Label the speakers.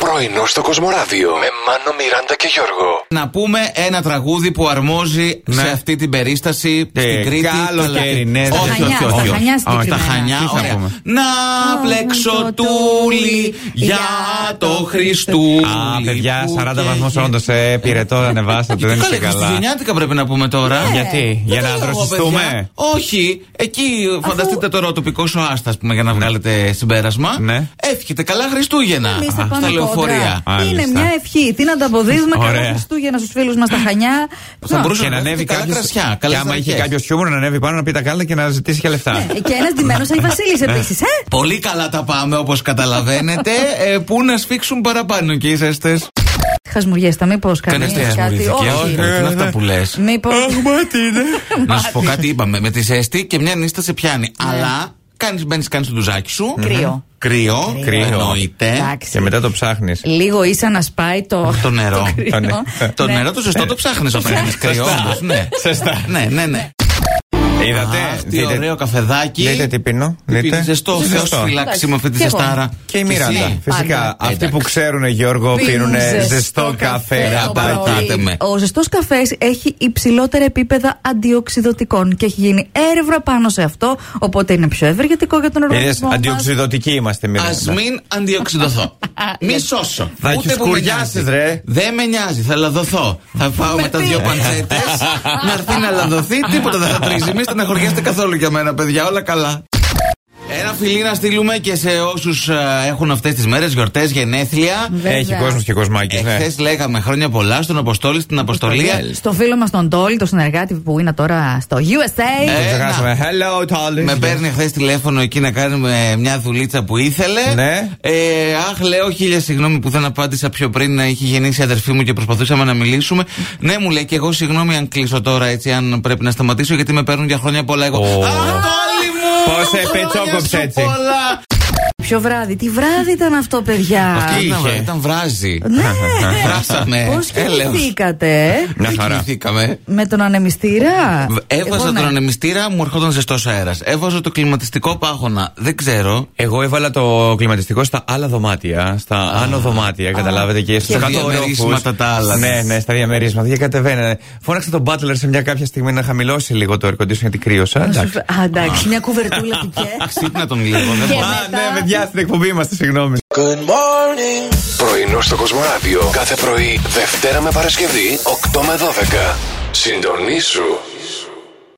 Speaker 1: Πρωινό στο Κοσμοράδιο με Μάνο, Μιράντα και Γιώργο.
Speaker 2: Να πούμε ένα τραγούδι που αρμόζει
Speaker 3: Ναι. Ε,
Speaker 2: σε αυτή την περίσταση στην Κρήτη.
Speaker 3: Καλοκαίρι,
Speaker 2: καλά.
Speaker 3: ναι,
Speaker 2: Όχι,
Speaker 3: όχι,
Speaker 2: όχι,
Speaker 3: όχι,
Speaker 4: Χανιά,
Speaker 3: όχι,
Speaker 4: τα
Speaker 3: όχι.
Speaker 4: Χανιά
Speaker 3: Όχι,
Speaker 2: Τα
Speaker 4: συγκεκριμένα.
Speaker 2: χανιά,
Speaker 3: Τι θα
Speaker 2: ωραία.
Speaker 3: πούμε.
Speaker 2: Να πλέξω τούλι για το Χριστούλη.
Speaker 3: Α, παιδιά,
Speaker 2: που
Speaker 3: 40
Speaker 2: καίγε.
Speaker 3: βαθμούς όντως έπειρε τώρα, ανεβάσατε, δεν
Speaker 2: Καλά,
Speaker 3: είστε καλά. Ναι.
Speaker 2: χριστουγεννιάτικα πρέπει να πούμε τώρα.
Speaker 3: Γιατί,
Speaker 2: Δεν
Speaker 3: για
Speaker 2: το
Speaker 3: να
Speaker 2: λέω εγώ, παιδιά.
Speaker 3: δροσιστούμε.
Speaker 2: Όχι, εκεί φανταστείτε τώρα ο τοπικό ΟΑΣ, ας πούμε, για να βγάλετε συμπέρασμα.
Speaker 3: Ναι.
Speaker 2: Εύχεται καλά Χριστούγεννα
Speaker 4: Εμείς θα
Speaker 2: Α,
Speaker 4: πάμε
Speaker 2: στα λεωφορεία.
Speaker 4: κόντρα. Είναι
Speaker 3: Μάλιστα.
Speaker 4: μια ευχή. Τι να τα αποδίδουμε. Καλά
Speaker 3: Ωραία.
Speaker 4: Χριστούγεννα στους φίλους μας τα χανιά. Λοιπόν,
Speaker 2: Θα
Speaker 4: Να.
Speaker 2: μπορούσε
Speaker 3: Και να ανέβει
Speaker 2: καλά
Speaker 3: κάποιος.
Speaker 2: κρασιά.
Speaker 3: Και
Speaker 2: καλές
Speaker 3: άμα είχε
Speaker 2: βραδιές.
Speaker 3: κάποιος χιούμορ να ανέβει πάνω να πει τα κάλα και να ζητήσει και λεφτά.
Speaker 4: Ε, Και ένας ντυμένος Άι Βασίλης
Speaker 2: Ναι.
Speaker 4: επίσης, ε!
Speaker 2: Πολύ καλά τα πάμε όπως καταλαβαίνετε. ε, που να σφίξουν παραπάνω και οι ζεστέ.
Speaker 4: Χασμουριέστα, μήπω κάνει
Speaker 2: Κανένα
Speaker 4: κάτι.
Speaker 2: Όχι,
Speaker 4: Όχι. Ναι.
Speaker 2: τι είναι αυτά που λες.
Speaker 4: Μήπως.
Speaker 3: ναι.
Speaker 2: Να σου πω κάτι, είπαμε με τη ζέστη και μια νύστα σε πιάνει. Αλλά κάνεις, μπαίνεις, κάνεις το ντουζάκι σου.
Speaker 4: Κρύο.
Speaker 2: Κρύο,
Speaker 3: Κρύο.
Speaker 2: εννοείται.
Speaker 4: Εντάξει.
Speaker 3: Και μετά το ψάχνεις.
Speaker 4: Λίγο ίσα να σπάει το.
Speaker 2: Το νερό.
Speaker 4: κρύο.
Speaker 3: Το νε-
Speaker 2: Το
Speaker 4: Ναι.
Speaker 2: νερό το ζεστό το ψάχνεις όταν είναι κρύο.
Speaker 3: Σωστά.
Speaker 2: όντως, Ναι.
Speaker 3: Σωστά.
Speaker 2: Ναι, ναι, ναι. Αχ,
Speaker 3: Είδατε.
Speaker 2: τι ωραίο καφεδάκι.
Speaker 3: Δείτε τι πίνω.
Speaker 2: Δείτε.
Speaker 3: δείτε.
Speaker 2: Ζεστό, Θεός
Speaker 3: Ζεστό.
Speaker 2: φυλάξει
Speaker 4: Εντάξει,
Speaker 2: με αυτή τη
Speaker 4: και εγώ.
Speaker 2: ζεστάρα. Ναι.
Speaker 3: Και η
Speaker 2: Και εσύ.
Speaker 3: Μιράντα. Φυσικά.
Speaker 4: Πάντα.
Speaker 3: Αυτοί
Speaker 2: Εντάξει.
Speaker 3: που ξέρουν, Γιώργο, πίνουν ζεστό καφέ.
Speaker 2: καφέ,
Speaker 3: αγαπάκι.
Speaker 2: το πρωί. πατάτε με.
Speaker 4: Ο ζεστός καφές έχει υψηλότερα επίπεδα αντιοξυδοτικών και έχει γίνει έρευνα πάνω σε αυτό. Οπότε είναι πιο ευεργετικό για τον
Speaker 3: Είδες,
Speaker 4: οργανισμό. μας.
Speaker 3: αντιοξυδοτικοί Ε, είμαστε εμεί.
Speaker 2: Ας μην αντιοξυδωθώ. Μη σώσω.
Speaker 3: Ναι, Θα έχεις
Speaker 2: που με
Speaker 3: κουριάσεις,
Speaker 2: νοιάζει.
Speaker 3: ρε.
Speaker 2: Δεν με νοιάζει, θα λαδωθώ. Θα πάω με τα δύο παντσέτες. να έρθει να λαδωθεί, τίποτα δεν θα τρίζει. Μην στεναχωριέστε καθόλου για μένα, παιδιά. Όλα καλά. Ένα φιλί να στείλουμε και σε όσους έχουν αυτές τις μέρες γιορτές, γενέθλια.
Speaker 4: Βέβαια.
Speaker 3: Έχει κόσμος και κοσμάκι. ναι.
Speaker 2: Εχθές λέγαμε χρόνια πολλά στον Αποστόλη, στην Αποστολία.
Speaker 4: Στο φίλο μας τον Τόλι, το συνεργάτη που είναι τώρα στο
Speaker 2: Ε,
Speaker 4: USA.
Speaker 3: Το ξεχάσαμε. Hello, Tolly.
Speaker 2: Με παίρνει χθες τηλέφωνο εκεί να κάνουμε μια δουλίτσα που ήθελε.
Speaker 3: Ναι.
Speaker 2: Ε, αχ, λέω χίλια συγγνώμη που δεν απάντησα πιο πριν. ε, Είχε γεννήσει η αδερφή μου και προσπαθούσαμε να μιλήσουμε. Ναι, μου λέει και εγώ συγγνώμη αν κλείσω τώρα έτσι, αν πρέπει να σταματήσω γιατί με παίρνουν για χρόνια πολλά. Εγώ.
Speaker 3: Ω.
Speaker 2: Αχ, Τόλι μου!
Speaker 3: Πώς σε
Speaker 2: Χρόνια
Speaker 3: πετσόκοψε
Speaker 2: σου
Speaker 3: έτσι.
Speaker 2: Πολλά.
Speaker 4: Ποιο βράδυ, τι βράδυ ήταν αυτό, παιδιά.
Speaker 2: Τι
Speaker 3: είχε.
Speaker 2: ήταν, ήταν βράζει.
Speaker 4: Ναι,
Speaker 2: Βράσαμε. Ε,
Speaker 4: πώ
Speaker 2: Έλεος.
Speaker 4: κοιμηθήκατε ε?
Speaker 3: Μια
Speaker 2: Δεν
Speaker 3: χαρά.
Speaker 2: κοιμηθήκαμε.
Speaker 4: με τον ανεμιστήρα.
Speaker 2: Έβαζα
Speaker 4: Εγώ, ναι.
Speaker 2: τον ανεμιστήρα, μου ερχόταν ζεστός αέρας. Έβαζα το κλιματιστικό πάγωνα. Δεν ξέρω.
Speaker 3: Εγώ έβαλα το κλιματιστικό στα άλλα δωμάτια, στα άνω δωμάτια, καταλάβετε και στου
Speaker 2: Και
Speaker 3: κάτω
Speaker 2: διαμερίσματα
Speaker 3: ορόφους.
Speaker 2: τα άλλα.
Speaker 3: Ναι, ναι, στα διαμερίσματα. Και κατεβαίνανε. Φώναξα τον Butler σε μια κάποια στιγμή να χαμηλώσει λίγο το air condition γιατί κρύωσα.
Speaker 4: Να σου
Speaker 3: Εντάξει.
Speaker 4: φε- Α, εντάξει, μια κουβερτούλα του και.
Speaker 2: Ξύπνα τον λίγο. δεν
Speaker 4: Και
Speaker 2: μπορώ.
Speaker 3: Α,
Speaker 4: μετά-
Speaker 3: ναι, παιδιά, στην εκπομπή είμαστε, συγγνώμη.
Speaker 1: Πρωινό στο Κοσμοράδιο κάθε πρωί, Δευτέρα με Παρασκευή, 8 με 12. Συντονίσου